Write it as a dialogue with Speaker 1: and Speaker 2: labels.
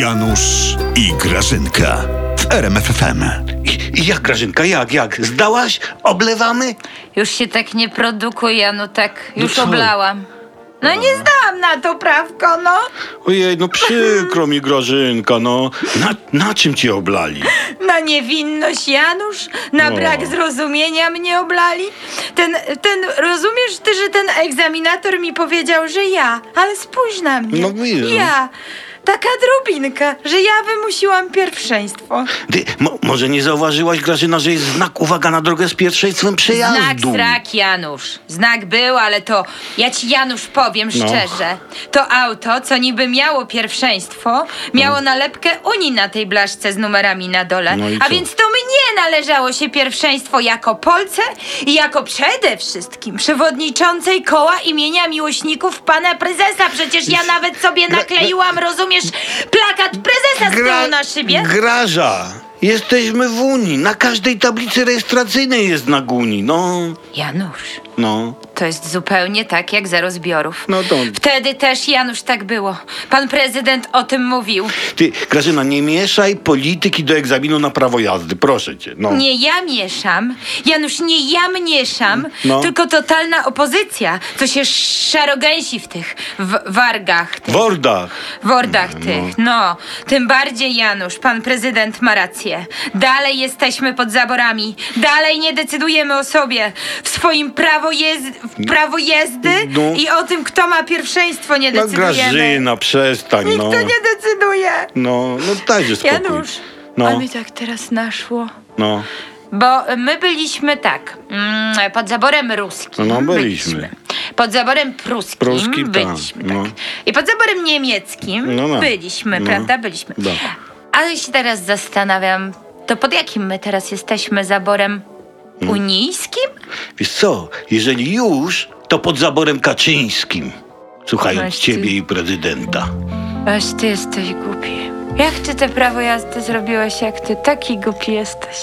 Speaker 1: Janusz i Grażynka w RMFFM.
Speaker 2: I- Jak, Grażynka, jak, jak? Zdałaś? Oblewamy?
Speaker 3: Już się tak nie produkuj, Janu, tak.
Speaker 2: No
Speaker 3: Już
Speaker 2: co?
Speaker 3: oblałam. No nie zdałam na to prawko, no.
Speaker 2: Ojej, no przykro mi, Grażynka, no. Na, na czym cię oblali?
Speaker 3: Na niewinność, Janusz? Na
Speaker 2: No.
Speaker 3: brak zrozumienia mnie oblali? Ten, ten, rozumiesz ty, że ten egzaminator mi powiedział, że ja, ale spójrz na mnie.
Speaker 2: No wiem.
Speaker 3: Ja. Taka drobinka, że ja wymusiłam pierwszeństwo.
Speaker 2: Ty, mo, może nie zauważyłaś, Grażyna, że jest znak uwaga na drogę z pierwszeństwem przejazdu?
Speaker 4: Znak, znak, Janusz. Znak był, ale to ja ci, Janusz, powiem
Speaker 2: No.
Speaker 4: szczerze. To auto, co niby miało pierwszeństwo, miało nalepkę Unii na tej blaszce z numerami na dole.
Speaker 2: No i
Speaker 4: A
Speaker 2: co?
Speaker 4: więc to mnie należało się pierwszeństwo jako Polce i jako przede wszystkim przewodniczącej koła imienia miłośników pana prezesa. Przecież ja nawet sobie nakleiłam, rozumiesz, plakat prezesa z tyłu na szybie.
Speaker 2: Graża, jesteśmy w Unii. Na każdej tablicy rejestracyjnej jest znak Unii. No,
Speaker 4: Janusz.
Speaker 2: no.
Speaker 4: To jest zupełnie tak jak zero zbiorów.
Speaker 2: No to-
Speaker 4: Wtedy też Janusz tak było. Pan prezydent o tym mówił.
Speaker 2: Ty, Grażyna, nie mieszaj polityki do egzaminu na prawo jazdy. Proszę cię, no.
Speaker 4: Nie ja mieszam, Janusz, nie ja mieszam,
Speaker 2: No.
Speaker 4: tylko totalna opozycja, co się szarogęsi w tych w- wargach, tych
Speaker 2: Wordach.
Speaker 4: wordach tych. No, tym bardziej Janusz, pan prezydent ma rację. Dalej jesteśmy pod zaborami, dalej nie decydujemy o sobie, w swoim prawo, jez- prawo jezdy
Speaker 2: No.
Speaker 4: i o tym, kto ma pierwszeństwo nie
Speaker 2: No,
Speaker 4: decydujemy.
Speaker 2: Grażyna, przestań, no.
Speaker 3: Kto nie decyduje?
Speaker 2: No, no dajże spokój.
Speaker 3: Janusz,
Speaker 2: No,
Speaker 3: A mi tak teraz naszło.
Speaker 2: no,
Speaker 4: Bo my byliśmy tak, mm, pod zaborem ruskim.
Speaker 2: No, byliśmy.
Speaker 4: Pod zaborem pruskim
Speaker 2: Pruskim, tak,
Speaker 4: byliśmy. Tak.
Speaker 2: no.
Speaker 4: I pod zaborem niemieckim
Speaker 2: No, no.
Speaker 4: byliśmy,
Speaker 2: No.
Speaker 4: prawda? Byliśmy.
Speaker 2: Da.
Speaker 4: Ale się teraz zastanawiam, to pod jakim my teraz jesteśmy zaborem
Speaker 2: No.
Speaker 4: unijskim?
Speaker 2: Wiesz co, jeżeli już, to pod zaborem Kaczyńskim. Słuchając
Speaker 4: Właśnie.
Speaker 2: ciebie i prezydenta.
Speaker 3: Aż ty jesteś głupi. Jak ty te prawo jazdy zrobiłeś, jak ty taki głupi jesteś?